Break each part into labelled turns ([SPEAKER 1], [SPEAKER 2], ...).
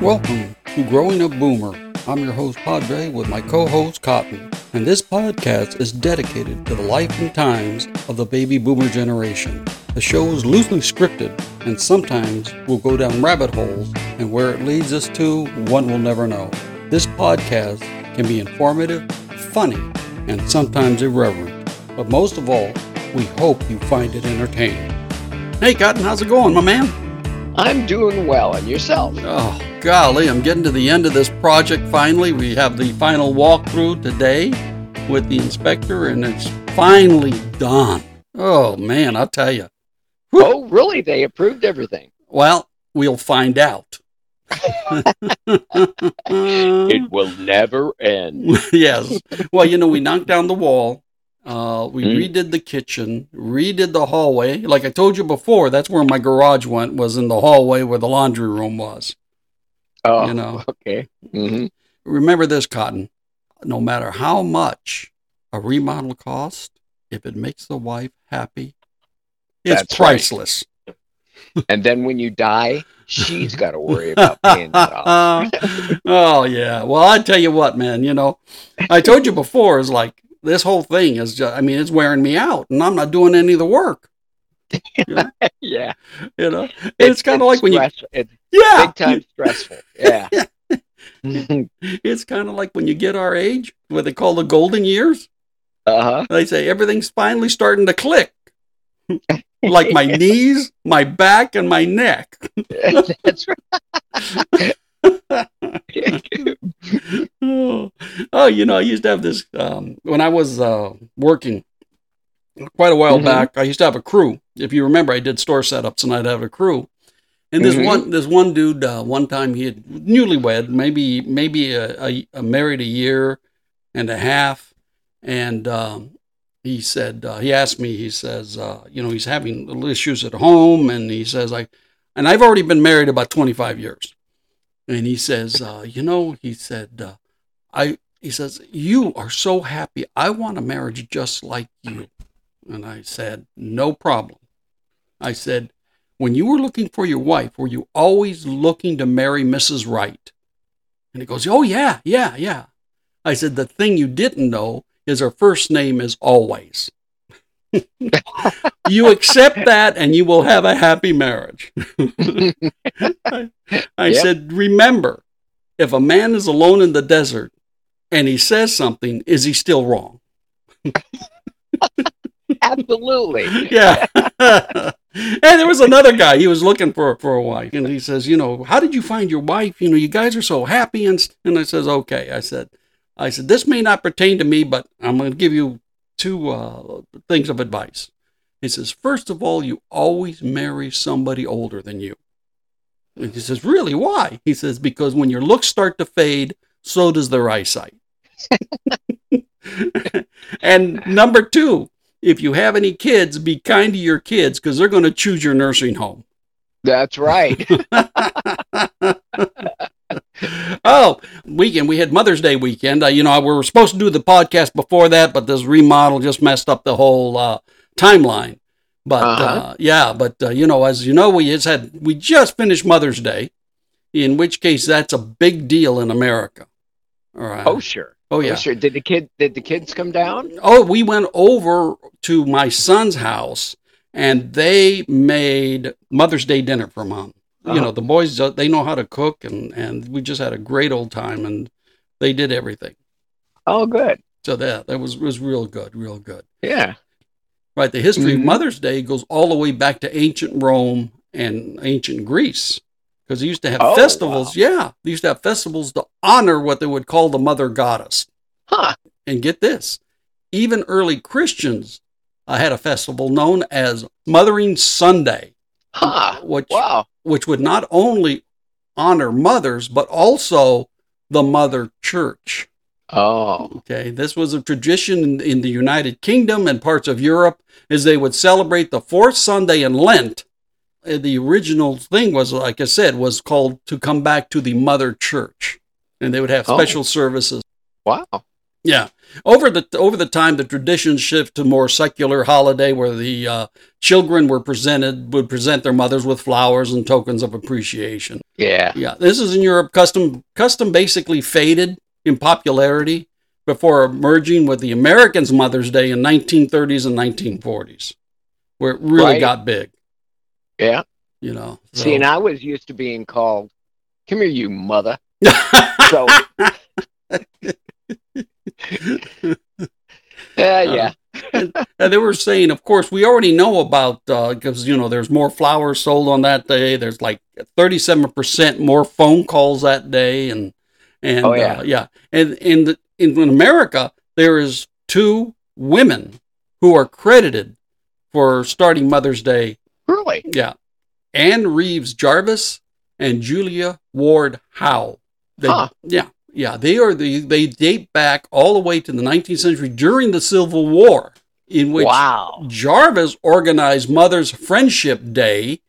[SPEAKER 1] Welcome to Growing Up Boomer. I'm your host, Padre, with my co host, Cotton, and this podcast is dedicated to the life and times of the baby boomer generation. The show is loosely scripted, and sometimes we'll go down rabbit holes, and where it leads us to, one will never know. This podcast can be informative, funny, and sometimes irreverent, but most of all, we hope you find it entertaining. Hey, Cotton, how's it going, my man?
[SPEAKER 2] I'm doing well, and yourself?
[SPEAKER 1] Oh, golly, I'm getting to the end of this project finally. We have the final walkthrough today with the inspector, and it's finally done. Oh, man, I'll tell you.
[SPEAKER 2] Oh, really? They approved everything.
[SPEAKER 1] Well, we'll find out.
[SPEAKER 2] It will never end.
[SPEAKER 1] yes. Well, you know, we knocked down the wall. Uh, we
[SPEAKER 2] Mm.
[SPEAKER 1] redid the kitchen, redid the hallway. Like I told you before, that's where my garage went, was in the hallway where the laundry room was.
[SPEAKER 2] Oh,
[SPEAKER 1] You know.
[SPEAKER 2] okay. hmm
[SPEAKER 1] remember this cotton no matter how much a remodel costs if it makes the wife happy it's
[SPEAKER 2] That's right.
[SPEAKER 1] priceless
[SPEAKER 2] And then when you die, she's got to worry about paying it off.
[SPEAKER 1] oh yeah well i tell you what man you know i told you before is like this whole thing is just i mean it's wearing me out and i'm not doing any of the work
[SPEAKER 2] Yeah,
[SPEAKER 1] you know And it's kind of like when you Ah,
[SPEAKER 2] stress- it's
[SPEAKER 1] yeah
[SPEAKER 2] big time stressful. Yeah. uh
[SPEAKER 1] it's kind of like when you get our age what they call the golden years
[SPEAKER 2] huh.
[SPEAKER 1] They say everything's finally starting to click. like my knees, my back, and my neck.
[SPEAKER 2] That's right.
[SPEAKER 1] oh, oh, you know, I used to have this um, when I was uh, working quite a while
[SPEAKER 2] Mhm.
[SPEAKER 1] back. I used to have a crew. If you remember, I did store setups and I'd have a crew. And this
[SPEAKER 2] Mhm.
[SPEAKER 1] one, this one dude, uh, one time he had newlywed, maybe maybe a, a, a married a year and a half, and um, he said uh, he asked me. He says, uh, you know, he's having little issues at home, and he says, I, and I've already been married about twenty five years, and he says, uh, you know, he said, uh, I, he says, you are so happy. I want a marriage just like you, and I said, no problem. I said, when you were looking for your wife, were you always looking to marry Mrs. Wright? And he goes, Oh, yeah, yeah, yeah. I said, The thing you didn't know is her first name is always. you accept that and you will have a happy marriage. I, I
[SPEAKER 2] Yep.
[SPEAKER 1] said, Remember, if a man is alone in the desert and he says something, is he still wrong?
[SPEAKER 2] Absolutely.
[SPEAKER 1] yeah. and there was another guy. He was looking for for a wife, and he says, "You know, how did you find your wife? You know, you guys are so happy." And s- and I says, "Okay." I said, "I said this may not pertain to me, but I'm going to give you two uh, things of advice." He says, first of all, you always marry somebody older than you." And he says, "Really? Why?" He says, "Because when your looks start to fade, so does their eyesight." and number two, if you have any kids, be kind to your kids because they're going to choose your nursing home.
[SPEAKER 2] That's right.
[SPEAKER 1] oh, weekend. We had Mother's Day weekend. Uh, you know, we were supposed to do the podcast before that, but this remodel just messed up the whole uh, timeline. But uh
[SPEAKER 2] Uh-huh.
[SPEAKER 1] yeah, but uh, you know, as you know, we just had we just finished Mother's Day, in which case that's a big deal in America. All right.
[SPEAKER 2] Oh sure.
[SPEAKER 1] oh yeah.
[SPEAKER 2] Oh, sure. Did the kid? Did the kids come down?
[SPEAKER 1] Oh, we went over to my son's house and they made Mother's Day dinner for mom. You know,
[SPEAKER 2] Uh-huh.
[SPEAKER 1] the boys, uh, they know how to cook and, and we just had a great old time and they did everything.
[SPEAKER 2] Oh, good.
[SPEAKER 1] So that, that was, was real good, real good.
[SPEAKER 2] Yeah.
[SPEAKER 1] Right. The history
[SPEAKER 2] Mhm.
[SPEAKER 1] of Mother's Day goes all the way back to ancient Rome and ancient Greece because they used to have
[SPEAKER 2] Oh,
[SPEAKER 1] festivals.
[SPEAKER 2] wow.
[SPEAKER 1] Yeah. They used to have festivals to honor what they would call the mother goddess.
[SPEAKER 2] Huh.
[SPEAKER 1] And get this, even early Christians uh, had a festival known as Mothering Sunday,
[SPEAKER 2] Huh.
[SPEAKER 1] which
[SPEAKER 2] Ah, Wow.
[SPEAKER 1] which would not only honor mothers but also the mother church.
[SPEAKER 2] Oh.
[SPEAKER 1] Okay, this was a tradition in, in the United Kingdom and parts of Europe, as they would celebrate the fourth Sunday in Lent. Uh, The original thing was, like I said, was called to come back to the mother church, and they would have
[SPEAKER 2] Oh.
[SPEAKER 1] special services.
[SPEAKER 2] Wow.
[SPEAKER 1] Yeah. Over the over the time, the tradition shift to more secular holiday, where the uh, children were presented would present their mothers with flowers and tokens of appreciation.
[SPEAKER 2] Yeah.
[SPEAKER 1] Yeah, this is in Europe. Custom custom basically faded in popularity before merging with the Americans' Mother's Day in 1930s and 1940s, where it really
[SPEAKER 2] Right.
[SPEAKER 1] got big.
[SPEAKER 2] Yeah.
[SPEAKER 1] You know.
[SPEAKER 2] See, and I was used to being called, come here, you mother. So, yeah,
[SPEAKER 1] Uh-huh.
[SPEAKER 2] yeah.
[SPEAKER 1] And they were saying, of course, we already know about because you know there's more flowers sold on that day. There's like 37 percent more phone calls that day, and and
[SPEAKER 2] Oh, yeah.
[SPEAKER 1] uh, yeah, and in the, in America there is two women who are credited for starting Mother's Day.
[SPEAKER 2] Really?
[SPEAKER 1] Yeah, Anne Reeves Jarvis and Julia Ward Howe. They,
[SPEAKER 2] Huh.
[SPEAKER 1] Yeah, yeah, they are the they date back all the way to the 19th century during the Civil War, in which
[SPEAKER 2] wow.
[SPEAKER 1] Jarvis organized Mother's Friendship Day.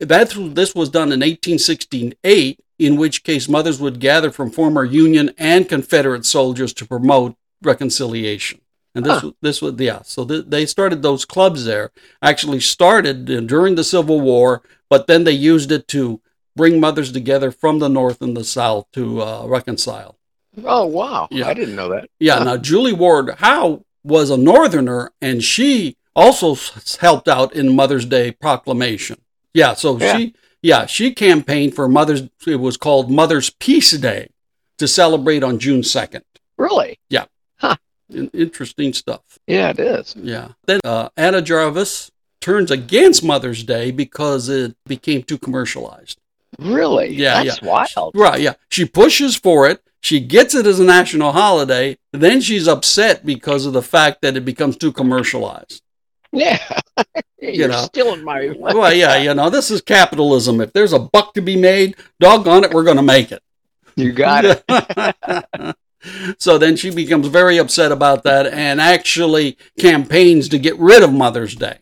[SPEAKER 1] That's, this was done in 1868, in which case mothers would gather from former Union and Confederate soldiers to promote reconciliation. And this,
[SPEAKER 2] Huh.
[SPEAKER 1] was this was, yeah, so th- they started those clubs there. Actually started uh, during the Civil War, but then they used it to bring mothers together from the North and the South to uh, reconcile.
[SPEAKER 2] Oh, wow.
[SPEAKER 1] Yeah.
[SPEAKER 2] I didn't know that.
[SPEAKER 1] Yeah,
[SPEAKER 2] Huh.
[SPEAKER 1] now Julie Ward Howe was a Northerner, and she also s- helped out in Mother's Day proclamation. Yeah, so
[SPEAKER 2] Yeah.
[SPEAKER 1] she, yeah, she campaigned for Mother's. It was called Mother's Peace Day to celebrate on June second.
[SPEAKER 2] Really?
[SPEAKER 1] Interesting stuff.
[SPEAKER 2] Yeah, it is.
[SPEAKER 1] Yeah. Then uh, Anna Jarvis turns against Mother's Day because it became too commercialized.
[SPEAKER 2] Really?
[SPEAKER 1] Yeah,
[SPEAKER 2] That's wild.
[SPEAKER 1] Right, yeah. She pushes for it. She gets it as a national holiday. Then she's upset because of the fact that it becomes too commercialized.
[SPEAKER 2] Yeah. You're
[SPEAKER 1] know.
[SPEAKER 2] still in my.
[SPEAKER 1] Well, yeah, you know, this is capitalism. If there's a buck to be made, doggone it, we're going to make it.
[SPEAKER 2] You got it.
[SPEAKER 1] so then she becomes very upset about that and actually campaigns to get rid of Mother's Day.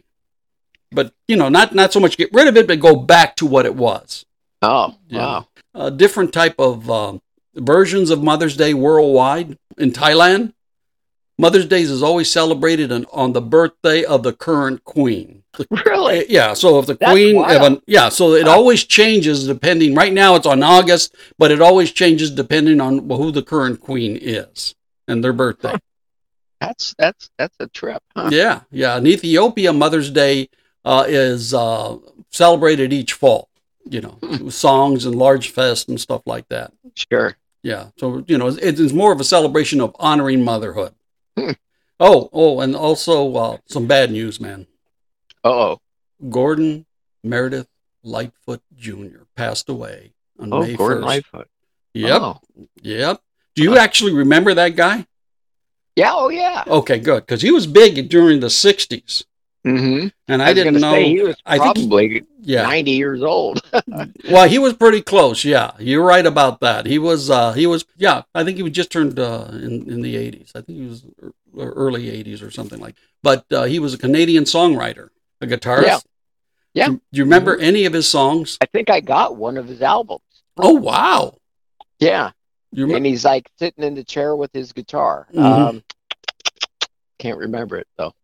[SPEAKER 1] But, you know, not, not so much get rid of it, but go back to what it was.
[SPEAKER 2] Oh,
[SPEAKER 1] Yeah.
[SPEAKER 2] wow.
[SPEAKER 1] uh, different type of um, versions of Mother's Day worldwide. In Thailand, Mother's Day is always celebrated on, on the birthday of the current queen. The-
[SPEAKER 2] Really?
[SPEAKER 1] yeah, so if the
[SPEAKER 2] That's
[SPEAKER 1] queen, if
[SPEAKER 2] wild.
[SPEAKER 1] an, yeah, so it
[SPEAKER 2] Huh.
[SPEAKER 1] always changes depending. Right now it's on August, but it always changes depending on who the current queen is and their birthday.
[SPEAKER 2] That's that's that's a trip, huh?
[SPEAKER 1] Yeah, yeah. In Ethiopia, Mother's Day uh, is uh, celebrated each fall. You know,
[SPEAKER 2] Hmm.
[SPEAKER 1] with songs and large fests and stuff like that.
[SPEAKER 2] Sure.
[SPEAKER 1] Yeah. So, you know, it's, it's more of a celebration of honoring motherhood.
[SPEAKER 2] Hmm.
[SPEAKER 1] Oh, oh, and also uh, some bad news, man.
[SPEAKER 2] Oh,
[SPEAKER 1] Gordon Meredith Lightfoot Jr. passed away on
[SPEAKER 2] oh,
[SPEAKER 1] May
[SPEAKER 2] Gordon
[SPEAKER 1] 1st.
[SPEAKER 2] Lightfoot.
[SPEAKER 1] Yep.
[SPEAKER 2] Oh.
[SPEAKER 1] Yep. Do you actually remember that guy?
[SPEAKER 2] Yeah. Oh, yeah.
[SPEAKER 1] Okay, good. Because he was big during the 60s.
[SPEAKER 2] Mm-hmm.
[SPEAKER 1] And I,
[SPEAKER 2] was
[SPEAKER 1] didn't
[SPEAKER 2] gonna
[SPEAKER 1] know.
[SPEAKER 2] Say he was
[SPEAKER 1] I think-
[SPEAKER 2] probably
[SPEAKER 1] yeah.
[SPEAKER 2] ninety years old.
[SPEAKER 1] Well, he was pretty close. Yeah. You're right about that. He was, uh, he was, yeah. I think he was just turned uh, in, in the 80s. I think he was ear- early 80s or something like But uh, he was a Canadian songwriter, a guitarist.
[SPEAKER 2] Yeah. Yeah. Mm-hmm.
[SPEAKER 1] Do, do you remember any of his songs?
[SPEAKER 2] I think I got one of his albums.
[SPEAKER 1] Oh, wow.
[SPEAKER 2] Yeah,
[SPEAKER 1] You remember?
[SPEAKER 2] and he's like sitting in the chair with his guitar.
[SPEAKER 1] Mhm.
[SPEAKER 2] Um, can't remember it though.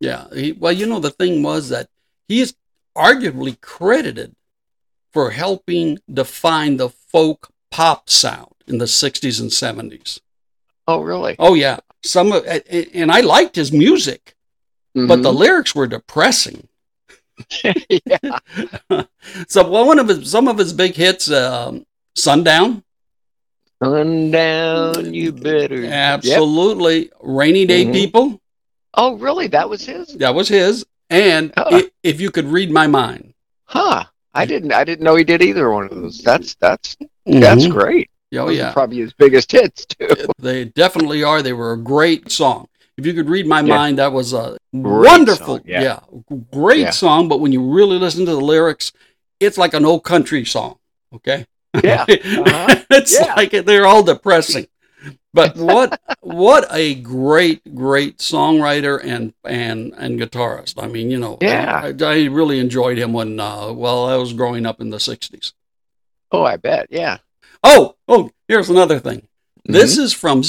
[SPEAKER 1] Yeah. He, well, you know, the thing was that he is arguably credited for helping define the folk pop sound in the 60s and 70s.
[SPEAKER 2] Oh, really?
[SPEAKER 1] Oh, yeah. Some of, a- a- and I liked his music.
[SPEAKER 2] Mm-hmm.
[SPEAKER 1] but the lyrics were depressing.
[SPEAKER 2] the yeah.
[SPEAKER 1] so one of his, some of his big hits, um, "Sundown,"
[SPEAKER 2] sundown, you better. Yep.
[SPEAKER 1] absolutely, "Rainy Day
[SPEAKER 2] Mhm.
[SPEAKER 1] People,"
[SPEAKER 2] Oh, really? That was his?
[SPEAKER 1] that was his, and
[SPEAKER 2] Huh.
[SPEAKER 1] i "If You Could Read My Mind."
[SPEAKER 2] Huh? I didn't. I didn't know he did either one of those. That's that's that's
[SPEAKER 1] Mhm.
[SPEAKER 2] great.
[SPEAKER 1] Oh
[SPEAKER 2] Those are
[SPEAKER 1] yeah,
[SPEAKER 2] Probably his biggest hits too.
[SPEAKER 1] they definitely are. They were a great song. If you could read my
[SPEAKER 2] Yeah.
[SPEAKER 1] mind, that was a
[SPEAKER 2] Great
[SPEAKER 1] wonderful,
[SPEAKER 2] song, yeah.
[SPEAKER 1] great
[SPEAKER 2] Yeah.
[SPEAKER 1] song. But when you really listen to the lyrics, it's like an old country song. Okay,
[SPEAKER 2] Yeah. Uh-huh.
[SPEAKER 1] it's
[SPEAKER 2] Yeah.
[SPEAKER 1] like they're all depressing. But what what a great great songwriter and and and guitarist. I mean, you know,
[SPEAKER 2] Yeah.
[SPEAKER 1] I, I really enjoyed him when uh, well I was growing up in the '60s.
[SPEAKER 2] Oh, I bet. Yeah.
[SPEAKER 1] Oh oh, here's another thing.
[SPEAKER 2] Mm-hmm.
[SPEAKER 1] This is from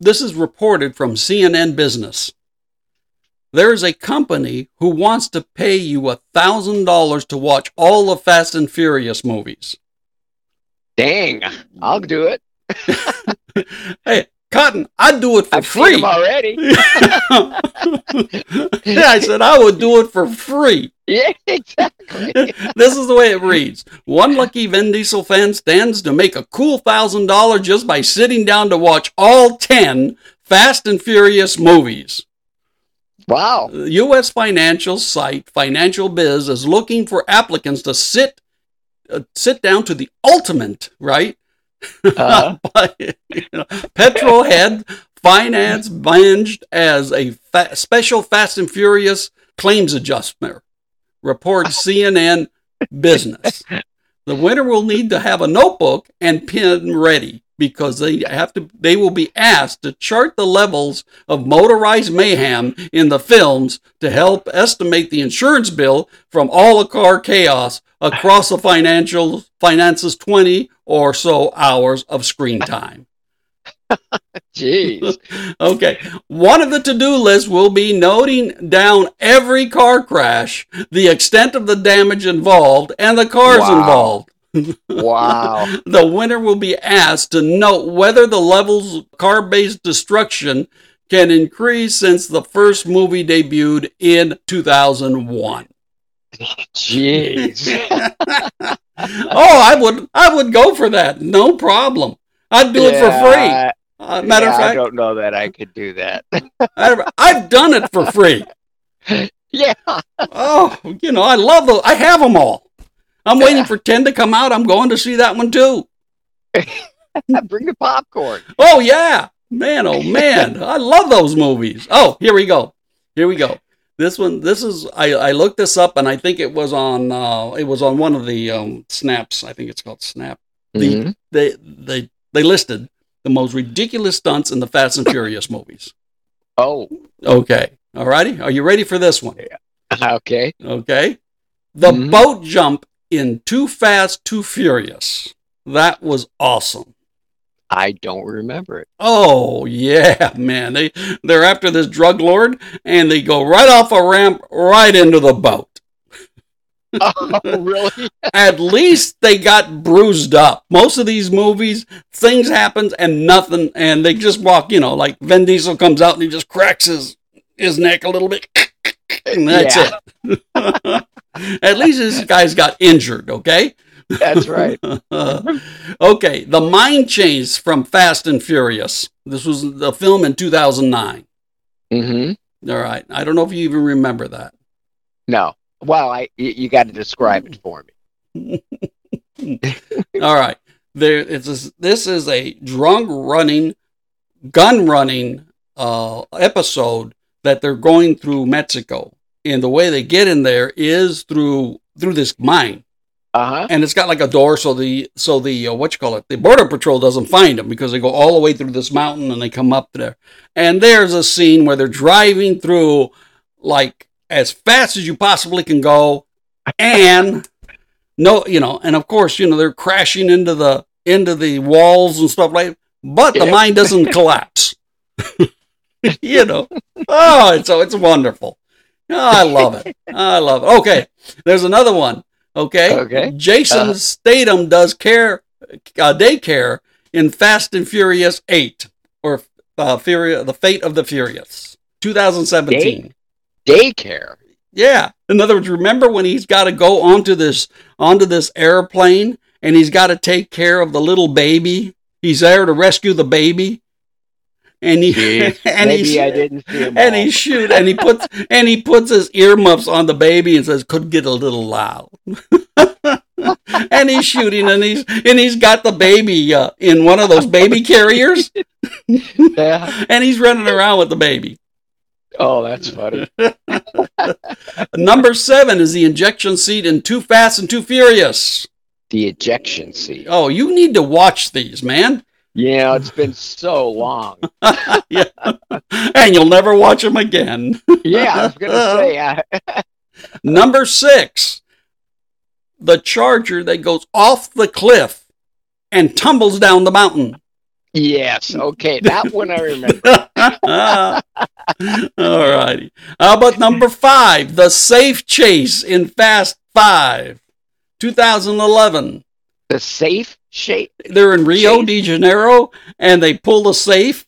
[SPEAKER 1] this is reported from CNN Business. There is a company who wants to pay you a thousand dollars to watch all the Fast and Furious movies.
[SPEAKER 2] Dang, I'll do it.
[SPEAKER 1] hey, Cotton, I'd do it for
[SPEAKER 2] I've seen
[SPEAKER 1] free.
[SPEAKER 2] 'em already.
[SPEAKER 1] yeah, I said I would do it for free.
[SPEAKER 2] Yeah, exactly.
[SPEAKER 1] this is the way it reads. One lucky Vin Diesel fan stands to make a cool thousand dollars just by sitting down to watch all ten Fast and Furious movies.
[SPEAKER 2] Wow.
[SPEAKER 1] The U.S. financial site Financial Biz is looking for applicants to sit uh, sit down to the ultimate, right?
[SPEAKER 2] Uh,
[SPEAKER 1] you know, petrol head finance binged as a fa- special Fast and Furious claims adjuster, reports CNN Business. The winner will need to have a notebook and pen ready because they have to. They will be asked to chart the levels of motorized mayhem in the films to help estimate the insurance bill from all the car chaos across the financial finances 20 or so hours of screen time.
[SPEAKER 2] jeez.
[SPEAKER 1] Okay. One of the to do lists will be noting down every car crash, the extent of the damage involved, and the cars
[SPEAKER 2] Wow.
[SPEAKER 1] involved.
[SPEAKER 2] Wow.
[SPEAKER 1] The winner will be asked to note whether the levels of car based destruction can increase since the first movie debuted in 2001.
[SPEAKER 2] Jeez.
[SPEAKER 1] oh, I would I would go for that. No problem. I'd do it for free.
[SPEAKER 2] Yeah,
[SPEAKER 1] Uh, matter
[SPEAKER 2] yeah,
[SPEAKER 1] of
[SPEAKER 2] I
[SPEAKER 1] fact,
[SPEAKER 2] don't know that I could do that.
[SPEAKER 1] I, I've done it for free.
[SPEAKER 2] yeah.
[SPEAKER 1] Oh, you know, I love those. I have them all. I'm waiting for 10 to come out. I'm going to see that one too.
[SPEAKER 2] Bring the popcorn.
[SPEAKER 1] Oh, yeah. Man, oh, man. I love those movies. Oh, here we go. Here we go. This one, this is, I, I looked this up and I think it was on, uh, it was on one of the um, snaps. I think it's called Snap. The-
[SPEAKER 2] Mhm.
[SPEAKER 1] They, they, they listed the most ridiculous stunts in the Fast and Furious movies.
[SPEAKER 2] Oh,
[SPEAKER 1] Okay. All righty. Are you ready for this one?
[SPEAKER 2] okay.
[SPEAKER 1] Okay. The
[SPEAKER 2] Mhm.
[SPEAKER 1] boat jump in Too Fast, Too Furious. That was awesome.
[SPEAKER 2] I don't remember it.
[SPEAKER 1] Oh yeah, man. They they're after this drug lord and they go right off a ramp right into the boat.
[SPEAKER 2] Oh, really?
[SPEAKER 1] At least they got bruised up. Most of these movies, things happens and nothing and they just walk, you know, like Vin Diesel comes out and he just cracks his his neck a little bit. And that's
[SPEAKER 2] Yeah.
[SPEAKER 1] it. At least this guy's got injured, okay?
[SPEAKER 2] That's right.
[SPEAKER 1] okay, the mind change from Fast and Furious. This was the film in 2009.
[SPEAKER 2] Mm-hmm.
[SPEAKER 1] All right. I don't know if you even remember that.
[SPEAKER 2] No. Well, I you, you got to describe it for me.
[SPEAKER 1] All right. There it's a, this is a drunk running gun running uh episode that they're going through Mexico. And the way they get in there is through through this mine.
[SPEAKER 2] Uh huh.
[SPEAKER 1] and it's got like a door so the so the uh, what you call it the border patrol doesn't find them because they go all the way through this mountain and they come up there and there's a scene where they're driving through like as fast as you possibly can go and no you know and of course you know they're crashing into the into the walls and stuff like but the
[SPEAKER 2] Yeah.
[SPEAKER 1] mine doesn't collapse you know oh it's, so it's wonderful oh, i love it i love it okay there's another one okay
[SPEAKER 2] Okay.
[SPEAKER 1] Jason
[SPEAKER 2] Uh-huh.
[SPEAKER 1] Statham does care uh, daycare in Fast and Furious Eight or uh, Fury, the Fate of the Furious, 2017.
[SPEAKER 2] Daycare.
[SPEAKER 1] Yeah. In other words, remember when he's got to go onto this onto this airplane and he's got to take care of the little baby. He's there to rescue the baby, and he
[SPEAKER 2] Jeez.
[SPEAKER 1] and he's
[SPEAKER 2] Maybe I didn't see him.
[SPEAKER 1] and
[SPEAKER 2] all.
[SPEAKER 1] he shoot and he puts and he puts his earmuffs on the baby and says could get a little loud and he's shooting and he's and he's got the baby uh, in one of those baby carriers
[SPEAKER 2] Yeah.
[SPEAKER 1] and he's running around with the baby
[SPEAKER 2] Oh, that's funny.
[SPEAKER 1] number seven is the injection seat in too fast and too furious
[SPEAKER 2] The ejection seat.
[SPEAKER 1] oh you need to watch these man
[SPEAKER 2] Yeah, it's been so long.
[SPEAKER 1] yeah. and you'll never watch them again
[SPEAKER 2] Yeah, I was gonna say. uh, I,
[SPEAKER 1] Number six, the charger that goes off the cliff and tumbles down the mountain.
[SPEAKER 2] yes. Okay, that one I remember.
[SPEAKER 1] All righty. How about number five, the safe chase in Fast Five, 2011?
[SPEAKER 2] The safe shape.
[SPEAKER 1] They're in Rio
[SPEAKER 2] Jeez.
[SPEAKER 1] de Janeiro, and they pull the safe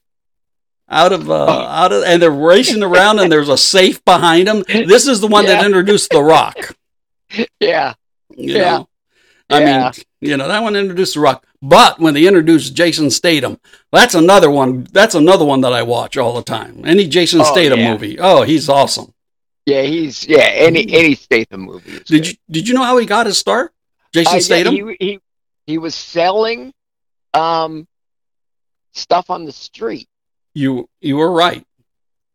[SPEAKER 1] out of uh, out of, and they're racing around, and there's a safe behind them. This is the one that
[SPEAKER 2] Yeah.
[SPEAKER 1] introduced The Rock.
[SPEAKER 2] Yeah.
[SPEAKER 1] You
[SPEAKER 2] Yeah.
[SPEAKER 1] know, I
[SPEAKER 2] Yeah.
[SPEAKER 1] mean, you know that one introduced The Rock, but when they introduced Jason Statham, that's another one. That's another one that I watch all the time. Any Jason
[SPEAKER 2] Oh,
[SPEAKER 1] Statham
[SPEAKER 2] yeah.
[SPEAKER 1] movie, oh, he's awesome.
[SPEAKER 2] Yeah. He's yeah. Any any Statham movie. is
[SPEAKER 1] Mm-hmm. Did
[SPEAKER 2] good.
[SPEAKER 1] you did you know how he got his start? Jason
[SPEAKER 2] Uh, yeah,
[SPEAKER 1] Statham.
[SPEAKER 2] he, he he was selling um stuff on the street.
[SPEAKER 1] you you were right.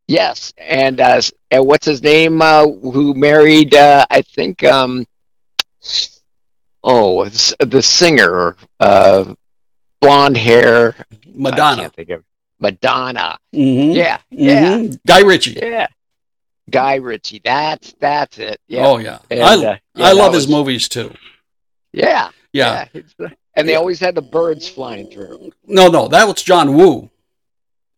[SPEAKER 2] Yes, and uh, s- and what's his name? Uh, who married? Uh, I think. Um, oh, it's the singer, uh, blonde hair. I
[SPEAKER 1] Madonna.
[SPEAKER 2] can't think of Madonna.
[SPEAKER 1] Mm-hmm.
[SPEAKER 2] Yeah, yeah,
[SPEAKER 1] Guy Ritchie.
[SPEAKER 2] yeah. Guy Ritchie. That's that's it. Yeah.
[SPEAKER 1] Oh yeah.
[SPEAKER 2] And,
[SPEAKER 1] I
[SPEAKER 2] uh, yeah,
[SPEAKER 1] I
[SPEAKER 2] that
[SPEAKER 1] love his
[SPEAKER 2] was-
[SPEAKER 1] movies too.
[SPEAKER 2] Yeah,
[SPEAKER 1] Yeah.
[SPEAKER 2] it's the- and they
[SPEAKER 1] Yeah.
[SPEAKER 2] always had the birds flying through.
[SPEAKER 1] No, no, that was John Woo.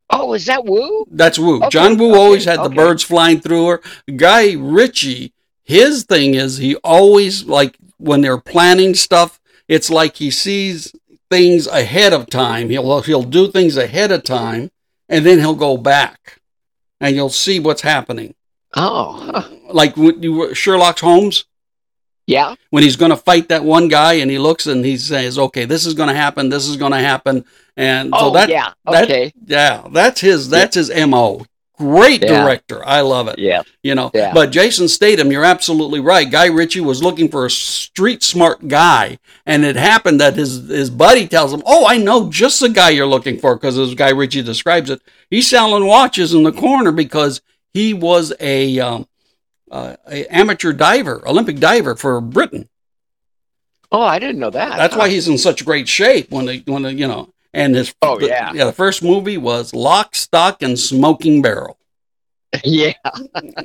[SPEAKER 2] Oh, is that Woo?
[SPEAKER 1] That's Woo.
[SPEAKER 2] Okay,
[SPEAKER 1] John Woo
[SPEAKER 2] okay,
[SPEAKER 1] always had the
[SPEAKER 2] okay.
[SPEAKER 1] birds flying through her. Guy Ritchie, his thing is he always like when they're planning stuff, it's like he sees things ahead of time. He'll he'll do things ahead of time and then he'll go back and you'll see what's happening.
[SPEAKER 2] Oh, huh.
[SPEAKER 1] Like when you were- Sherlock Holmes,
[SPEAKER 2] yeah,
[SPEAKER 1] when he's going to fight that one guy and he looks and he says, "Okay, this is going to happen. This is going to happen." And so
[SPEAKER 2] oh
[SPEAKER 1] that yeah.
[SPEAKER 2] yeah,
[SPEAKER 1] that-
[SPEAKER 2] okay,
[SPEAKER 1] that's his that's his MO. Great
[SPEAKER 2] Yeah.
[SPEAKER 1] director. I love it.
[SPEAKER 2] yeah,
[SPEAKER 1] You know.
[SPEAKER 2] Yeah.
[SPEAKER 1] But Jason Statham, you're absolutely right. Guy Ritchie was looking for a street smart guy and it happened that his his buddy tells him, "Oh, I know just the guy you're looking for because as Guy Ritchie describes it, he's selling watches in the corner because he was a um, uh, a amateur diver, Olympic diver for Britain.
[SPEAKER 2] oh, I didn't know that.
[SPEAKER 1] That's
[SPEAKER 2] huh.
[SPEAKER 1] why he's in such great shape when they, when they, you know, and his
[SPEAKER 2] Oh,
[SPEAKER 1] the-
[SPEAKER 2] yeah.
[SPEAKER 1] yeah the first movie was Lock, Stock, and Smoking Barrel.
[SPEAKER 2] yeah.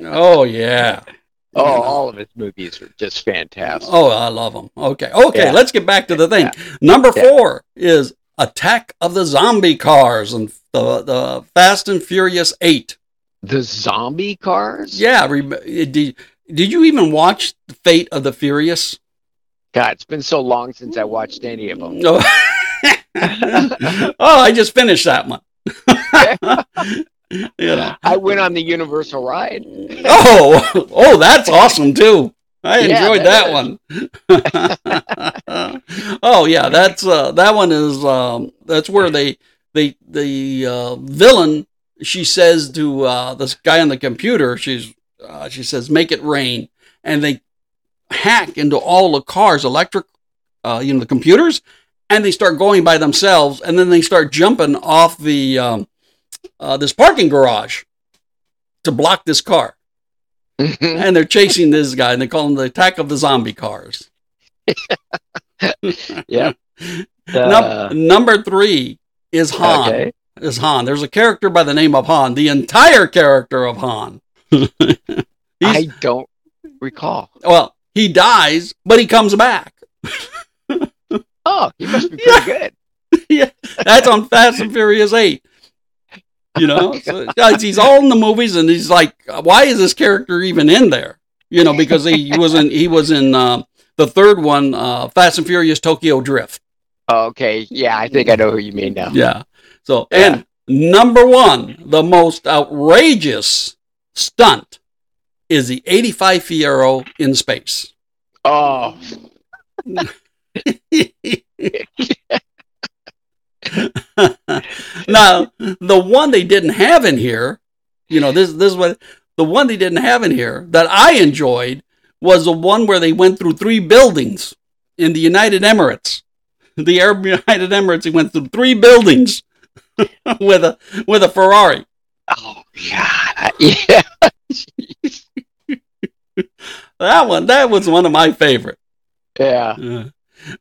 [SPEAKER 1] Oh yeah.
[SPEAKER 2] Oh,
[SPEAKER 1] You know.
[SPEAKER 2] all of his movies are just fantastic.
[SPEAKER 1] Oh, I love them. Okay, okay.
[SPEAKER 2] Yeah.
[SPEAKER 1] Let's get back to the thing. Number
[SPEAKER 2] Yeah.
[SPEAKER 1] four is Attack of the Zombie Cars and the the Fast and Furious Eight.
[SPEAKER 2] The zombie cars?
[SPEAKER 1] Yeah. Rem- did did you even watch Fate of the Furious?
[SPEAKER 2] God, it's been so long since I watched any of them.
[SPEAKER 1] No. oh, I just finished that one. you know.
[SPEAKER 2] I went on the Universal ride.
[SPEAKER 1] Oh, oh, that's awesome too. I
[SPEAKER 2] Yeah,
[SPEAKER 1] enjoyed that one. oh yeah, that's uh, that one is um, that's where they they the uh, villain she says to uh, this guy on the computer she's uh, she says make it rain and they hack into all the cars electric uh, you know the computers and they start going by themselves and then they start jumping off the um, uh, this parking garage to block this car and they're chasing this guy, and they call him the Attack of the Zombie Cars.
[SPEAKER 2] yeah.
[SPEAKER 1] Num- number three is Han.
[SPEAKER 2] Uh, okay.
[SPEAKER 1] Is Han? There's a character by the name of Han. The entire character of Han.
[SPEAKER 2] I
[SPEAKER 1] He's-
[SPEAKER 2] don't recall.
[SPEAKER 1] well, he dies, but he comes back.
[SPEAKER 2] Oh, he must be pretty good.
[SPEAKER 1] That's on Fast and Furious Eight. You know, so, guys, he's all in the movies, and he's like, why is this character even in there? You know, because he was in he was in um the third one, uh, Fast and Furious Tokyo Drift.
[SPEAKER 2] Okay. Yeah, I think I know who you mean now.
[SPEAKER 1] Yeah. So,
[SPEAKER 2] Yeah.
[SPEAKER 1] and number one, the most outrageous stunt is the 85 Fiero in space.
[SPEAKER 2] Oh,
[SPEAKER 1] now, the one they didn't have in here, you know, this this one, the one they didn't have in here that I enjoyed was the one where they went through three buildings in the United Emirates. The Arab United Emirates, he went through three buildings with a with a Ferrari.
[SPEAKER 2] oh, God. Yeah.
[SPEAKER 1] That one, that was one of my favorite.
[SPEAKER 2] Yeah.
[SPEAKER 1] Uh,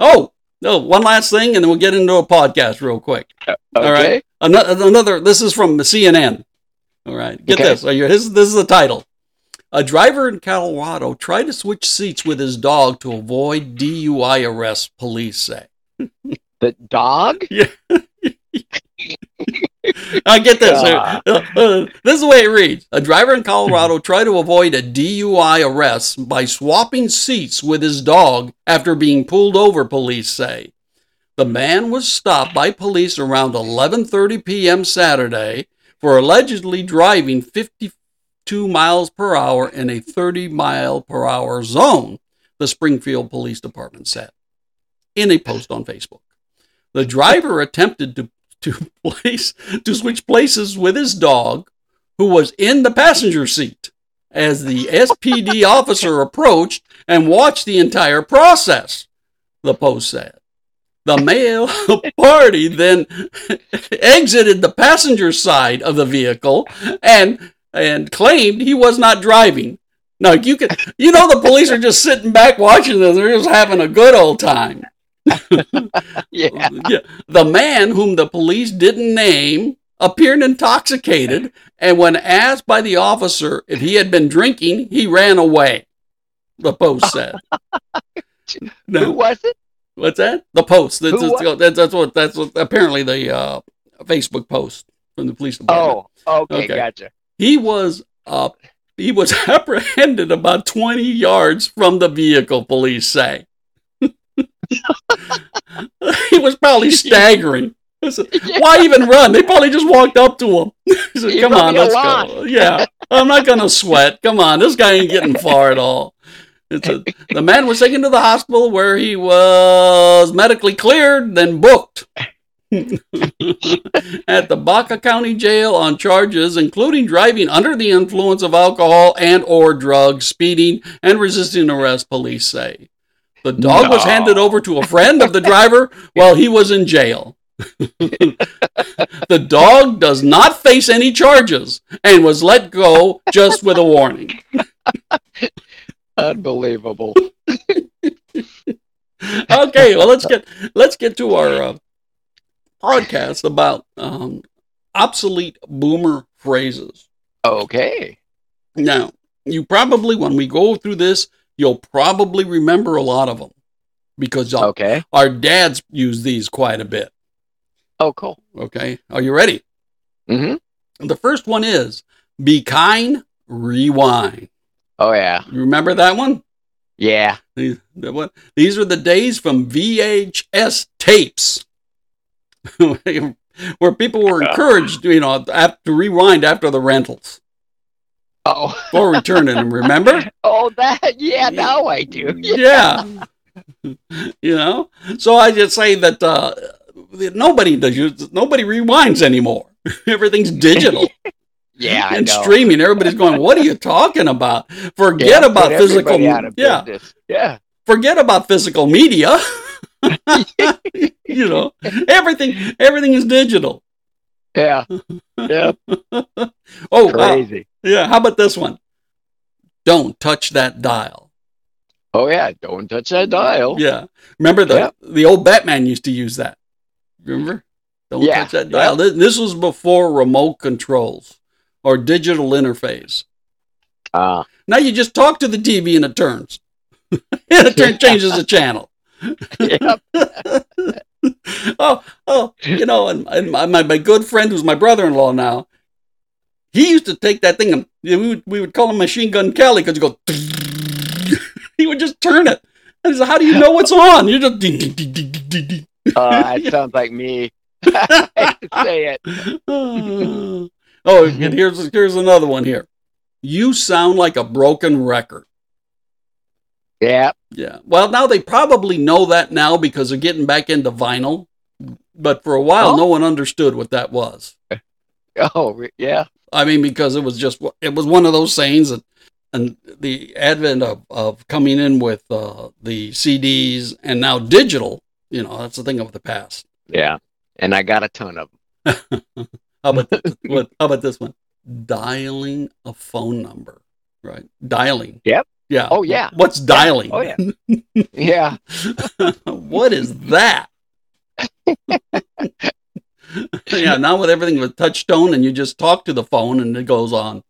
[SPEAKER 1] oh, no, one last thing, and then we'll get into a podcast real quick.
[SPEAKER 2] Okay.
[SPEAKER 1] All right. Another, another this is from CNN. All right, get
[SPEAKER 2] Okay.
[SPEAKER 1] this. Are you, this. This is the title. A driver in Colorado tried to switch seats with his dog to avoid DUI arrest, police say.
[SPEAKER 2] The dog?
[SPEAKER 1] I get this. Uh,
[SPEAKER 2] Ah.
[SPEAKER 1] this is the way it reads. A driver in Colorado tried to avoid a DUI arrest by swapping seats with his dog after being pulled over, police say. The man was stopped by police around 11:30 p.m. Saturday for allegedly driving 52 miles per hour in a 30 mile per hour zone, the Springfield Police Department said in a post on Facebook. The driver attempted to to place to switch places with his dog who was in the passenger seat as the SPD officer approached and watched the entire process, the post said. The male party then exited the passenger side of the vehicle and and claimed he was not driving. Now you can you know the police are just sitting back watching this, they're just having a good old time.
[SPEAKER 2] Yeah.
[SPEAKER 1] Yeah. The man whom the police didn't name appeared intoxicated, and when asked by the officer if he had been drinking, he ran away. The post said.
[SPEAKER 2] Who
[SPEAKER 1] No,
[SPEAKER 2] was it?
[SPEAKER 1] what's that? The post. That's,
[SPEAKER 2] Who
[SPEAKER 1] that's, that's, what. That's what. Apparently, the uh, Facebook post from the police department.
[SPEAKER 2] Oh, okay,
[SPEAKER 1] Okay.
[SPEAKER 2] gotcha.
[SPEAKER 1] He was. Uh, he was apprehended about 20 yards from the vehicle. Police say. he was probably staggering. Why even run? They probably just walked up to him. He said,
[SPEAKER 2] He
[SPEAKER 1] Come on,
[SPEAKER 2] probably
[SPEAKER 1] let's
[SPEAKER 2] alive."
[SPEAKER 1] go. Yeah, I'm not going to sweat. Come on, this guy ain't getting far at all. It's a, the man was taken to the hospital where he was medically cleared, then booked at the Baca County Jail on charges including driving under the influence of alcohol and or drugs, speeding, and resisting arrest. Police say the dog was
[SPEAKER 2] No.
[SPEAKER 1] handed over to a friend of the driver while he was in jail. The dog does not face any charges and was let go just with a warning.
[SPEAKER 2] Unbelievable.
[SPEAKER 1] Okay, well let's get let's get to our uh, podcast about um, obsolete boomer phrases.
[SPEAKER 2] Okay.
[SPEAKER 1] Now, you probably when we go through this, you'll probably remember a lot of them because uh,
[SPEAKER 2] Okay.
[SPEAKER 1] our dads use these quite a bit.
[SPEAKER 2] Oh, cool.
[SPEAKER 1] Okay, are you ready?
[SPEAKER 2] Mm-hmm.
[SPEAKER 1] The first one is be kind, rewind.
[SPEAKER 2] Oh yeah.
[SPEAKER 1] You remember that one?
[SPEAKER 2] Yeah.
[SPEAKER 1] These, the what, these are the days from VHS tapes where people were encouraged, you know, ap- to rewind after the rentals
[SPEAKER 2] Oh.
[SPEAKER 1] or returning them. Remember?
[SPEAKER 2] Oh, that. Yeah. Now I do. Yeah.
[SPEAKER 1] Yeah. you know, so I just say that uh, nobody does. use- Nobody rewinds anymore. Everything's digital
[SPEAKER 2] Yeah. I
[SPEAKER 1] and
[SPEAKER 2] know.
[SPEAKER 1] streaming. Everybody's going, "What are you talking about?
[SPEAKER 2] Yeah,
[SPEAKER 1] Forget
[SPEAKER 2] put
[SPEAKER 1] about physical."
[SPEAKER 2] everybody out of
[SPEAKER 1] yeah,
[SPEAKER 2] business. Yeah.
[SPEAKER 1] forget about physical media. you know, everything everything is digital.
[SPEAKER 2] Yeah. Yeah.
[SPEAKER 1] Oh, wow.
[SPEAKER 2] Crazy.
[SPEAKER 1] yeah. How about this one? Don't touch that dial.
[SPEAKER 2] Oh yeah. Don't touch that dial.
[SPEAKER 1] Yeah. Remember the
[SPEAKER 2] Yeah.
[SPEAKER 1] the old Batman used to use that. Remember? Don't
[SPEAKER 2] Yeah,
[SPEAKER 1] touch that
[SPEAKER 2] yeah.
[SPEAKER 1] dial. This, this was before remote controls or digital interface.
[SPEAKER 2] Ah.
[SPEAKER 1] Now you just talk to the TV and it turns. and it turn, changes the channel.
[SPEAKER 2] Yep.
[SPEAKER 1] oh, oh, you know, and, and my, my, my good friend who's my brother-in-law now, he used to take that thing and we would, we would call him Machine Gun Kelly because go, he would just turn it. And he said, how do you know what's on? You're just ding, ding, ding, ding, ding, ding, ding.
[SPEAKER 2] Uh, that sounds like me. I hate to say it.
[SPEAKER 1] oh, and here's here's another one here. You sound like a broken record.
[SPEAKER 2] Yeah.
[SPEAKER 1] Yeah. Well, now they probably know that now because they're getting back into vinyl. But for a while,
[SPEAKER 2] Oh.
[SPEAKER 1] no one understood what that was.
[SPEAKER 2] Oh re- yeah.
[SPEAKER 1] I mean, because it was just it was one of those sayings that, and the advent of, of coming in with uh, the CDs and now digital. You know, that's the thing of the past.
[SPEAKER 2] Yeah. And I got a ton of them.
[SPEAKER 1] How about what, how about this one? Dialing a phone number, right? Dialing.
[SPEAKER 2] Yep.
[SPEAKER 1] Yeah.
[SPEAKER 2] Oh, yeah.
[SPEAKER 1] What's dialing?
[SPEAKER 2] Oh yeah. Yeah.
[SPEAKER 1] what is that? yeah, now with everything with touchstone and you just talk to the phone and it goes on,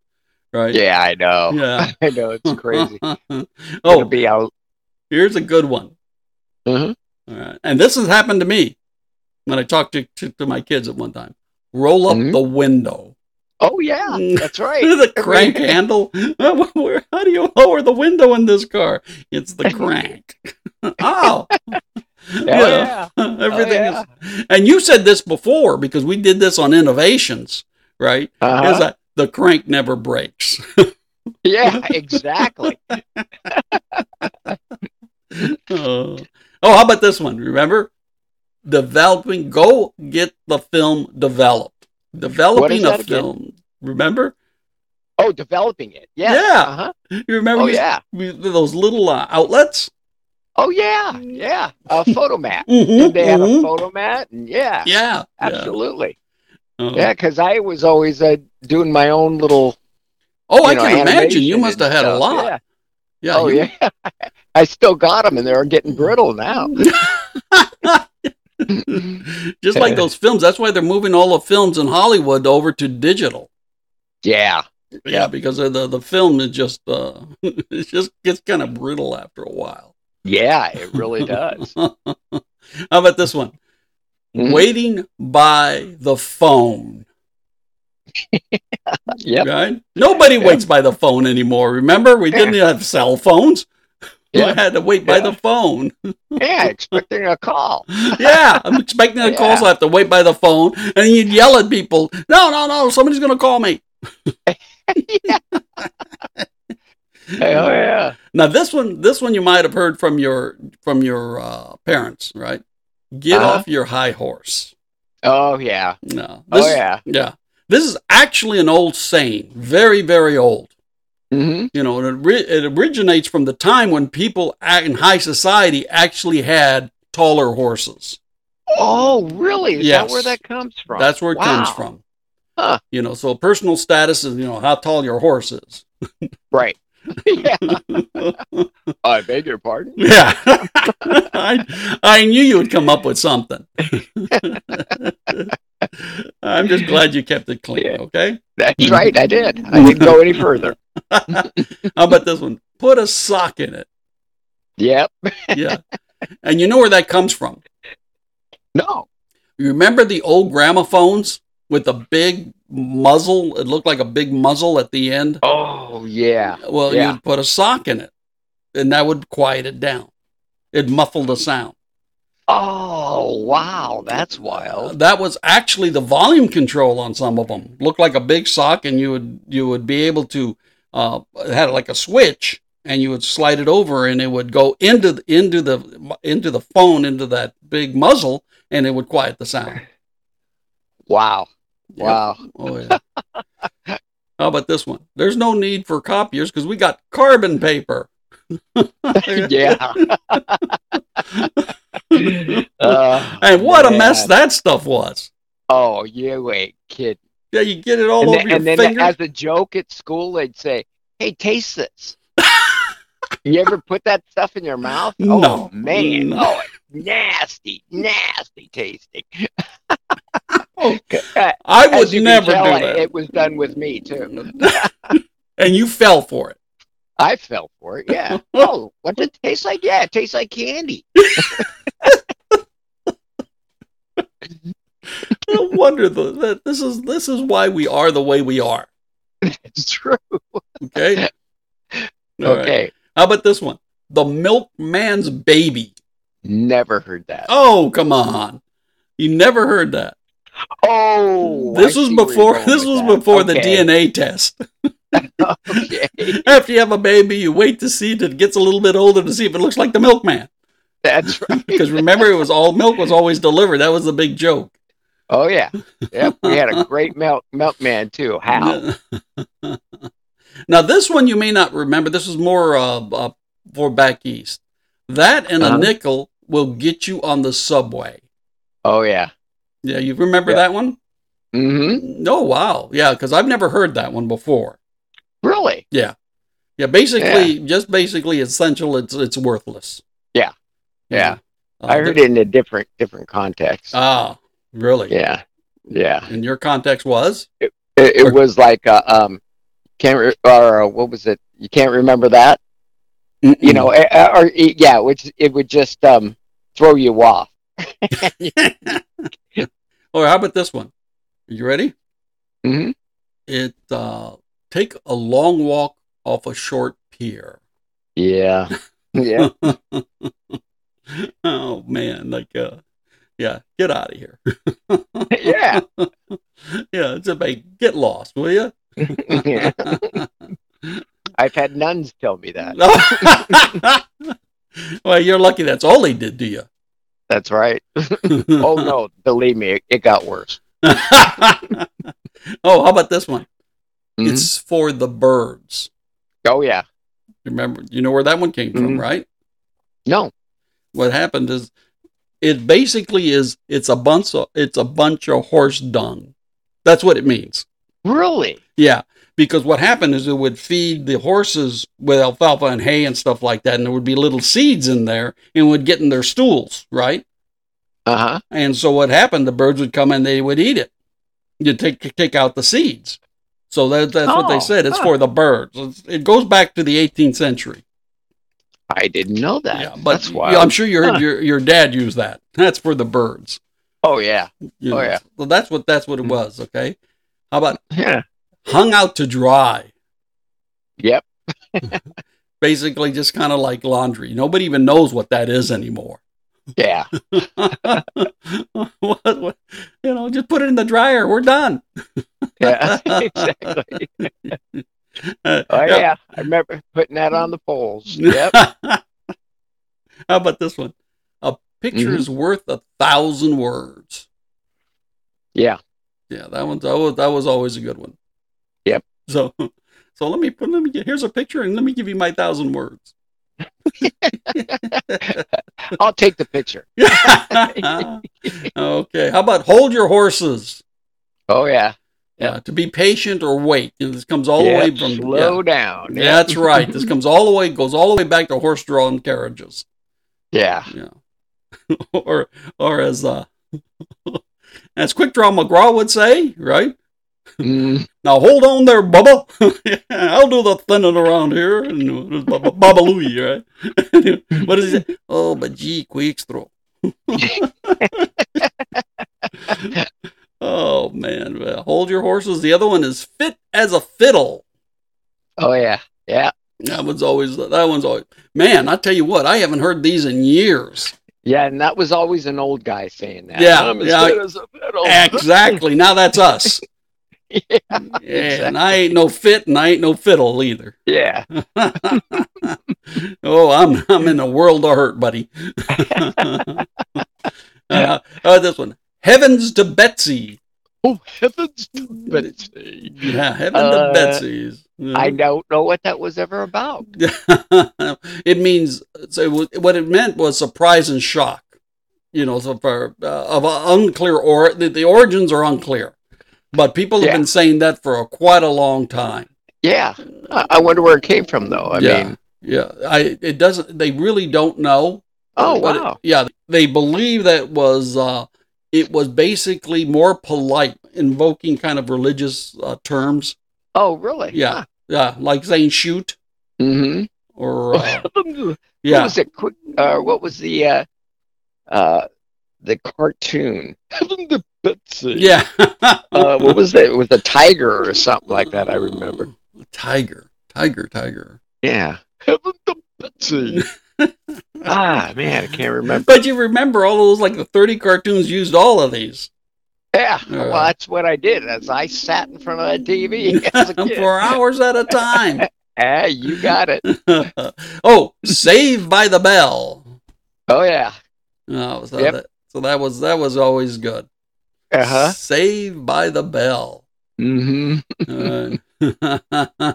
[SPEAKER 1] right?
[SPEAKER 2] Yeah. I know.
[SPEAKER 1] Yeah.
[SPEAKER 2] I know. It's crazy. It'll
[SPEAKER 1] oh,
[SPEAKER 2] be out.
[SPEAKER 1] here's a good one.
[SPEAKER 2] Mhm.
[SPEAKER 1] All right. And this has happened to me when I talked to, to, to my kids at one time. Roll up
[SPEAKER 2] Mhm.
[SPEAKER 1] the window. Mm,
[SPEAKER 2] Oh yeah. That's right. Oh,
[SPEAKER 1] the crank handle. Where- How do you lower the window in this car? It's the crank. oh,
[SPEAKER 2] yeah. Oh,
[SPEAKER 1] Everything
[SPEAKER 2] yeah.
[SPEAKER 1] is. And you said this before because we did this on innovations, right?
[SPEAKER 2] Uh-huh.
[SPEAKER 1] Is that the crank never breaks.
[SPEAKER 2] yeah, exactly.
[SPEAKER 1] Uh, oh, how about this one? Remember? Developing, go get the film developed. Developing a
[SPEAKER 2] that again?
[SPEAKER 1] film. Remember?
[SPEAKER 2] Oh, developing it. Yeah.
[SPEAKER 1] Yeah.
[SPEAKER 2] Uh-huh.
[SPEAKER 1] You remember
[SPEAKER 2] Oh
[SPEAKER 1] we-
[SPEAKER 2] yeah.
[SPEAKER 1] we- those little uh, outlets?
[SPEAKER 2] Oh yeah. Yeah. A photo mat.
[SPEAKER 1] Mm-hmm,
[SPEAKER 2] Did they have a photo mat? And yeah,
[SPEAKER 1] yeah.
[SPEAKER 2] Absolutely.
[SPEAKER 1] Yeah. Uh,
[SPEAKER 2] Yeah, because I was always uh, doing my own little.
[SPEAKER 1] Oh, I
[SPEAKER 2] you know,
[SPEAKER 1] can imagine.
[SPEAKER 2] animation
[SPEAKER 1] You must have
[SPEAKER 2] and
[SPEAKER 1] had a
[SPEAKER 2] stuff.
[SPEAKER 1] lot.
[SPEAKER 2] Yeah.
[SPEAKER 1] Yeah.
[SPEAKER 2] oh
[SPEAKER 1] you-
[SPEAKER 2] yeah. I still got them, and they're getting brittle now.
[SPEAKER 1] Just like those films. That's why they're moving all the films in Hollywood over to digital.
[SPEAKER 2] Yeah.
[SPEAKER 1] Yeah, because of the the film is just uh, it just gets kind of brittle after a while.
[SPEAKER 2] Yeah. It really does.
[SPEAKER 1] How about this one?
[SPEAKER 2] Mhm.
[SPEAKER 1] Waiting by the phone.
[SPEAKER 2] Yep.
[SPEAKER 1] Right? Nobody
[SPEAKER 2] Yep.
[SPEAKER 1] waits by the phone anymore. Remember, we didn't have cell phones. I
[SPEAKER 2] Yeah.
[SPEAKER 1] had to wait by
[SPEAKER 2] Yeah.
[SPEAKER 1] the phone.
[SPEAKER 2] Yeah. Expecting a call.
[SPEAKER 1] yeah, I'm expecting a call,
[SPEAKER 2] Yeah.
[SPEAKER 1] so I have to wait by the phone. And you'd yell at people, no, no, no, somebody's going to call me.
[SPEAKER 2] Oh yeah.
[SPEAKER 1] Now this one, this one you might have heard from your from your uh, parents, right? Get
[SPEAKER 2] Uh-huh.
[SPEAKER 1] off your high horse.
[SPEAKER 2] Oh yeah.
[SPEAKER 1] No, this
[SPEAKER 2] Oh
[SPEAKER 1] is-
[SPEAKER 2] yeah.
[SPEAKER 1] yeah. This is actually an old saying, very very old.
[SPEAKER 2] Mm-hmm.
[SPEAKER 1] You know, and it, ri- it originates from the time when people a- in high society actually had taller horses.
[SPEAKER 2] Oh really? Is
[SPEAKER 1] Yes.
[SPEAKER 2] that where that comes from?
[SPEAKER 1] That's where it comes
[SPEAKER 2] Wow.
[SPEAKER 1] from.
[SPEAKER 2] Huh.
[SPEAKER 1] You know, so personal status is you know how tall your horse is.
[SPEAKER 2] Right. yeah. I beg your pardon.
[SPEAKER 1] Yeah. I, I knew you would come up with something. I'm just glad you kept it clean,
[SPEAKER 2] Yeah.
[SPEAKER 1] okay?
[SPEAKER 2] That's right. I did. I didn't go any further.
[SPEAKER 1] How about this one? Put a sock in it.
[SPEAKER 2] Yep.
[SPEAKER 1] Yeah. And you know where that comes from.
[SPEAKER 2] No.
[SPEAKER 1] You remember the old gramophones with a big muzzle? It looked like a big muzzle at the end.
[SPEAKER 2] Oh yeah.
[SPEAKER 1] Well,
[SPEAKER 2] Yeah.
[SPEAKER 1] you'd put a sock in it, and that would quiet it down. It muffled the sound.
[SPEAKER 2] Oh wow. That's
[SPEAKER 1] Uh,
[SPEAKER 2] wild.
[SPEAKER 1] that was actually the volume control on some of them. Looked like a big sock, and you would you would be able to uh, it had like a switch, and you would slide it over, and it would go into the, into the into the phone into that big muzzle, and it would quiet the sound.
[SPEAKER 2] Wow.
[SPEAKER 1] Yep.
[SPEAKER 2] Wow.
[SPEAKER 1] Oh yeah. How about this one? There's no need for copiers because we got carbon paper.
[SPEAKER 2] Yeah. Uh,
[SPEAKER 1] And what a
[SPEAKER 2] man.
[SPEAKER 1] mess that stuff was.
[SPEAKER 2] Oh, yeah, wait, kid.
[SPEAKER 1] Yeah, you get it all
[SPEAKER 2] and
[SPEAKER 1] over
[SPEAKER 2] then,
[SPEAKER 1] your
[SPEAKER 2] and then
[SPEAKER 1] fingers.
[SPEAKER 2] as a joke at school, they'd say, "Hey, taste this." you ever put that stuff in your mouth?
[SPEAKER 1] No.
[SPEAKER 2] Oh man.
[SPEAKER 1] No.
[SPEAKER 2] Oh, it's nasty, nasty tasting.
[SPEAKER 1] Oh,
[SPEAKER 2] Uh,
[SPEAKER 1] I
[SPEAKER 2] as
[SPEAKER 1] would
[SPEAKER 2] you can
[SPEAKER 1] never do
[SPEAKER 2] tell, I-
[SPEAKER 1] that.
[SPEAKER 2] It was done with me too.
[SPEAKER 1] and you fell for it.
[SPEAKER 2] I fell for it. Yeah. oh, what did it taste like? Yeah, it tastes like candy.
[SPEAKER 1] No wonder the, that this is this is why we are the way we are.
[SPEAKER 2] It's true.
[SPEAKER 1] Okay. All right.
[SPEAKER 2] Okay.
[SPEAKER 1] How about this one? The milkman's baby.
[SPEAKER 2] Never heard that.
[SPEAKER 1] Oh, come on. You never heard that.
[SPEAKER 2] Oh, I
[SPEAKER 1] this was
[SPEAKER 2] see where you're
[SPEAKER 1] before
[SPEAKER 2] going
[SPEAKER 1] this
[SPEAKER 2] with
[SPEAKER 1] was
[SPEAKER 2] that.
[SPEAKER 1] before the
[SPEAKER 2] Okay.
[SPEAKER 1] DNA test.
[SPEAKER 2] Okay.
[SPEAKER 1] After you have a baby, you wait to see if it gets a little bit older to see if it looks like the milkman.
[SPEAKER 2] That's right.
[SPEAKER 1] Because remember, it was all milk was always delivered. That was the big joke.
[SPEAKER 2] Oh yeah, yep. We had a great milk milkman too. How?
[SPEAKER 1] now this one you may not remember. This is more uh, uh, for back east. That and
[SPEAKER 2] Uh-huh.
[SPEAKER 1] a nickel will get you on the subway.
[SPEAKER 2] Oh yeah.
[SPEAKER 1] Yeah, you remember
[SPEAKER 2] Yeah.
[SPEAKER 1] that one?
[SPEAKER 2] Mm-hmm.
[SPEAKER 1] No, wow. Yeah, because I've never heard that one before.
[SPEAKER 2] Really?
[SPEAKER 1] Yeah, basically, just basically essential. It's it's worthless.
[SPEAKER 2] Yeah. Yeah.
[SPEAKER 1] Uh,
[SPEAKER 2] I heard
[SPEAKER 1] th-
[SPEAKER 2] it in a different different context.
[SPEAKER 1] Ah, really?
[SPEAKER 2] yeah, yeah.
[SPEAKER 1] And your context was?
[SPEAKER 2] It,
[SPEAKER 1] Or-
[SPEAKER 2] it was like uh, um, can't re- or uh, what was it? You can't remember that? You know, eh, eh, or, eh, yeah, which it would just um throw you off.
[SPEAKER 1] Or oh, how about this one? You ready?
[SPEAKER 2] Mm-hmm.
[SPEAKER 1] It uh, take a long walk off a short pier.
[SPEAKER 2] Yeah. Yeah.
[SPEAKER 1] oh man, like uh, yeah, get out of here.
[SPEAKER 2] yeah.
[SPEAKER 1] yeah, it's about get lost, will you?
[SPEAKER 2] yeah. I've had nuns tell me that.
[SPEAKER 1] well, you're lucky that's all they did to you.
[SPEAKER 2] That's right. Oh no, believe me, it, it got worse.
[SPEAKER 1] oh, how about this one?
[SPEAKER 2] Mhm.
[SPEAKER 1] It's for the birds.
[SPEAKER 2] Oh yeah.
[SPEAKER 1] Remember, you know where that one came from,
[SPEAKER 2] Mhm.
[SPEAKER 1] right?
[SPEAKER 2] No.
[SPEAKER 1] What happened is it basically is it's a bunch of it's a bunch of horse dung. That's what it means.
[SPEAKER 2] Really?
[SPEAKER 1] Yeah, because what happened is it would feed the horses with alfalfa and hay and stuff like that, and there would be little seeds in there and would get in their stools, right?
[SPEAKER 2] Uh-huh.
[SPEAKER 1] And so what happened? The birds would come and they would eat it. You take take out the seeds. So that, that's what
[SPEAKER 2] Oh,
[SPEAKER 1] they said. It's
[SPEAKER 2] huh.
[SPEAKER 1] for the birds. It's- It goes back to the 18th century.
[SPEAKER 2] I didn't know that.
[SPEAKER 1] yeah, but
[SPEAKER 2] That's wild.
[SPEAKER 1] yeah, I'm sure you heard
[SPEAKER 2] Huh.
[SPEAKER 1] your your dad use that. That's for the birds.
[SPEAKER 2] oh yeah.
[SPEAKER 1] you
[SPEAKER 2] Oh,
[SPEAKER 1] know.
[SPEAKER 2] yeah. Mm-hmm.
[SPEAKER 1] So that's what that's what it was. Okay. How about
[SPEAKER 2] Yeah.
[SPEAKER 1] hung out to dry?
[SPEAKER 2] Yep.
[SPEAKER 1] Basically, just kind of like laundry. Nobody even knows what that is anymore.
[SPEAKER 2] Yeah.
[SPEAKER 1] what, what, you know, just put it in the dryer. We're done.
[SPEAKER 2] Yeah. exactly. Oh yeah. I remember putting that on the poles. Yep.
[SPEAKER 1] How about this one? A picture
[SPEAKER 2] Mhm.
[SPEAKER 1] is worth a thousand words.
[SPEAKER 2] Yeah.
[SPEAKER 1] Yeah, that one's that was, that was always a good one.
[SPEAKER 2] Yep.
[SPEAKER 1] So, so let me put let me get here's a picture and let me give you my thousand words.
[SPEAKER 2] I'll take the picture.
[SPEAKER 1] okay. How about hold your horses?
[SPEAKER 2] Oh yeah.
[SPEAKER 1] Yeah. to be patient or wait. You know, this comes all
[SPEAKER 2] Yep,
[SPEAKER 1] the way from yeah.
[SPEAKER 2] slow down.
[SPEAKER 1] Yeah, That's right. This comes all the way goes all the way back to horse-drawn carriages.
[SPEAKER 2] Yeah.
[SPEAKER 1] Yeah. or or as uh as Quick Draw McGraw would say, right?
[SPEAKER 2] Mm,
[SPEAKER 1] Now hold on there, Bubba. I'll do the thinning around here. And it was Bubba, Bubba Louie, right? what is it? Oh, but gee, Quick Draw. oh man, well, hold your horses. The other one is fit as a fiddle.
[SPEAKER 2] oh yeah. Yeah.
[SPEAKER 1] That one's always that one's always man. I tell you what, I haven't heard these in years.
[SPEAKER 2] Yeah, and that was always an old guy saying that.
[SPEAKER 1] Yeah,
[SPEAKER 2] I'm as
[SPEAKER 1] yeah.
[SPEAKER 2] good as a fiddle.
[SPEAKER 1] Exactly. Now that's us.
[SPEAKER 2] Yeah,
[SPEAKER 1] Yeah, and I ain't no fit and I ain't no fiddle either.
[SPEAKER 2] yeah.
[SPEAKER 1] oh, I'm I'm in a world of hurt, buddy. uh, uh, this one. Heavens to Betsy.
[SPEAKER 2] Oh heavens to Betsy.
[SPEAKER 1] Yeah, heaven to
[SPEAKER 2] Uh,
[SPEAKER 1] Betsy's. Yeah.
[SPEAKER 2] I don't know what that was ever about.
[SPEAKER 1] it means so it was, what it meant was surprise and shock. You know, so for, uh, of a unclear or the, the origins are unclear, but people have
[SPEAKER 2] Yeah.
[SPEAKER 1] been saying that for a, quite a long time.
[SPEAKER 2] Yeah. I, I wonder where it came from though. I
[SPEAKER 1] yeah,
[SPEAKER 2] mean
[SPEAKER 1] yeah. I it doesn't. They really don't know.
[SPEAKER 2] Oh
[SPEAKER 1] But it-
[SPEAKER 2] wow.
[SPEAKER 1] yeah, they believe that was uh, it was basically more polite, invoking kind of religious uh, terms.
[SPEAKER 2] Oh really?
[SPEAKER 1] Yeah. Yeah, like saying shoot
[SPEAKER 2] Mm-hmm.
[SPEAKER 1] or uh,
[SPEAKER 2] What
[SPEAKER 1] yeah.
[SPEAKER 2] was it quick uh, what was the uh uh the cartoon? Heaven to Betsy.
[SPEAKER 1] Yeah.
[SPEAKER 2] Uh, what was that? It was a tiger or something like that, I remember.
[SPEAKER 1] Tiger, tiger, tiger.
[SPEAKER 2] Yeah. Heaven to Betsy. ah man, I can't remember.
[SPEAKER 1] But you remember all those like the 30 cartoons used all of these
[SPEAKER 2] Yeah,
[SPEAKER 1] Yeah.
[SPEAKER 2] well, that's what I did. As I sat in front of that TV as a kid.
[SPEAKER 1] for hours at a time.
[SPEAKER 2] Ah, you got it.
[SPEAKER 1] oh, Saved by the Bell.
[SPEAKER 2] Oh yeah.
[SPEAKER 1] No, so,
[SPEAKER 2] Yep.
[SPEAKER 1] that, so that was that was always good.
[SPEAKER 2] Uh huh.
[SPEAKER 1] Saved by the Bell.
[SPEAKER 2] Mm-hmm.
[SPEAKER 1] Uh, all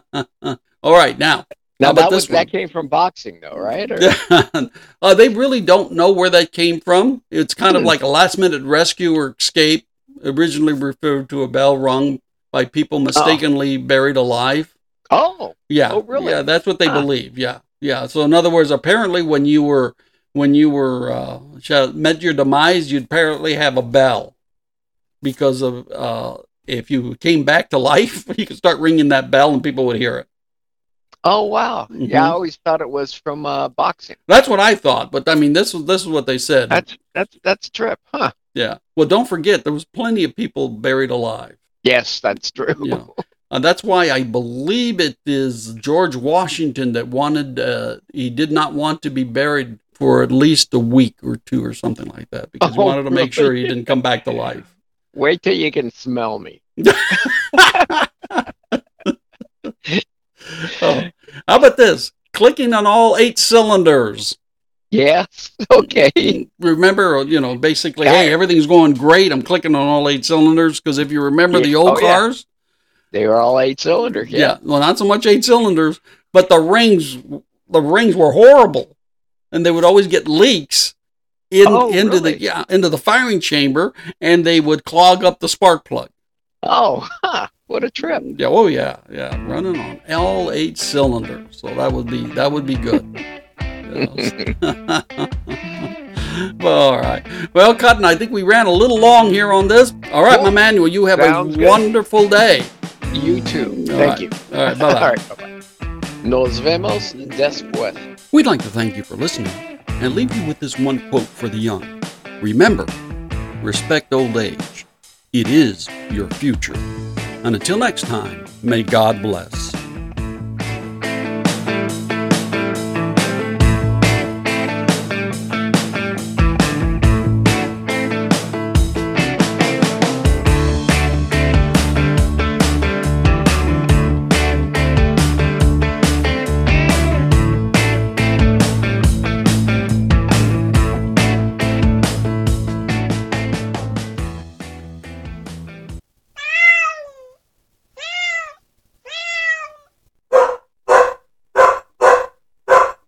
[SPEAKER 1] right, now
[SPEAKER 2] Now
[SPEAKER 1] about
[SPEAKER 2] that
[SPEAKER 1] this
[SPEAKER 2] was
[SPEAKER 1] one?
[SPEAKER 2] that came from boxing though, right? Or-
[SPEAKER 1] uh, they really don't know where that came from. It's kind of
[SPEAKER 2] Hmm.
[SPEAKER 1] like a last minute rescue or escape, originally referred to a bell rung by people mistakenly buried alive.
[SPEAKER 2] oh,
[SPEAKER 1] Yeah.
[SPEAKER 2] Oh, really?
[SPEAKER 1] Yeah, that's what they
[SPEAKER 2] Huh.
[SPEAKER 1] believe. Yeah. Yeah. So in other words, apparently when you were when you were uh, shall- met your demise, you'd apparently have a bell because of uh, if you came back to life, you could start ringing that bell and people would hear it.
[SPEAKER 2] oh wow.
[SPEAKER 1] Mhm.
[SPEAKER 2] Yeah, I always thought it was from uh, boxing.
[SPEAKER 1] That's what I thought, but I mean, this was this is what they said.
[SPEAKER 2] That's that's that's a trip, huh?
[SPEAKER 1] Yeah. Well, don't forget there was plenty of people buried alive.
[SPEAKER 2] Yes, that's true.
[SPEAKER 1] Yeah. Uh, that's why I believe it is George Washington that wanted. Uh, he did not want to be buried for at least a week or two or something like that because
[SPEAKER 2] Oh,
[SPEAKER 1] he wanted to make sure he
[SPEAKER 2] really?
[SPEAKER 1] didn't come back to life.
[SPEAKER 2] Wait till you can smell me.
[SPEAKER 1] Oh, how about this? Clicking on all eight cylinders.
[SPEAKER 2] Yes. Okay.
[SPEAKER 1] Remember, you know, basically,
[SPEAKER 2] Yeah.
[SPEAKER 1] hey, everything's going great. I'm clicking on all eight cylinders because if you remember
[SPEAKER 2] Yeah.
[SPEAKER 1] the old
[SPEAKER 2] Oh, yeah.
[SPEAKER 1] cars,
[SPEAKER 2] They were all eight cylinder.
[SPEAKER 1] yeah.
[SPEAKER 2] Yeah.
[SPEAKER 1] well, not so much eight cylinders, but the rings, the rings were horrible, and they would always get leaks in
[SPEAKER 2] Oh,
[SPEAKER 1] into the
[SPEAKER 2] really?
[SPEAKER 1] yeah into the firing chamber, and they would clog up the spark plug.
[SPEAKER 2] Oh, huh. what a trip.
[SPEAKER 1] Yeah, oh yeah, yeah, running on all eight cylinders. So that would be that would be good. Yes. well, all right. Well, Cotton, I think we ran a little long here on this. All right,
[SPEAKER 2] Cool.
[SPEAKER 1] my manual, you have
[SPEAKER 2] Sounds
[SPEAKER 1] a
[SPEAKER 2] good.
[SPEAKER 1] wonderful day.
[SPEAKER 2] You too.
[SPEAKER 1] All
[SPEAKER 2] Thank
[SPEAKER 1] right.
[SPEAKER 2] you.
[SPEAKER 1] All right, bye bye.
[SPEAKER 2] All right. Bye-bye. Nos vemos después.
[SPEAKER 1] We'd like to thank you for listening and leave you with this one quote for the young. Remember, respect old age. It is your future. And until next time, may God bless.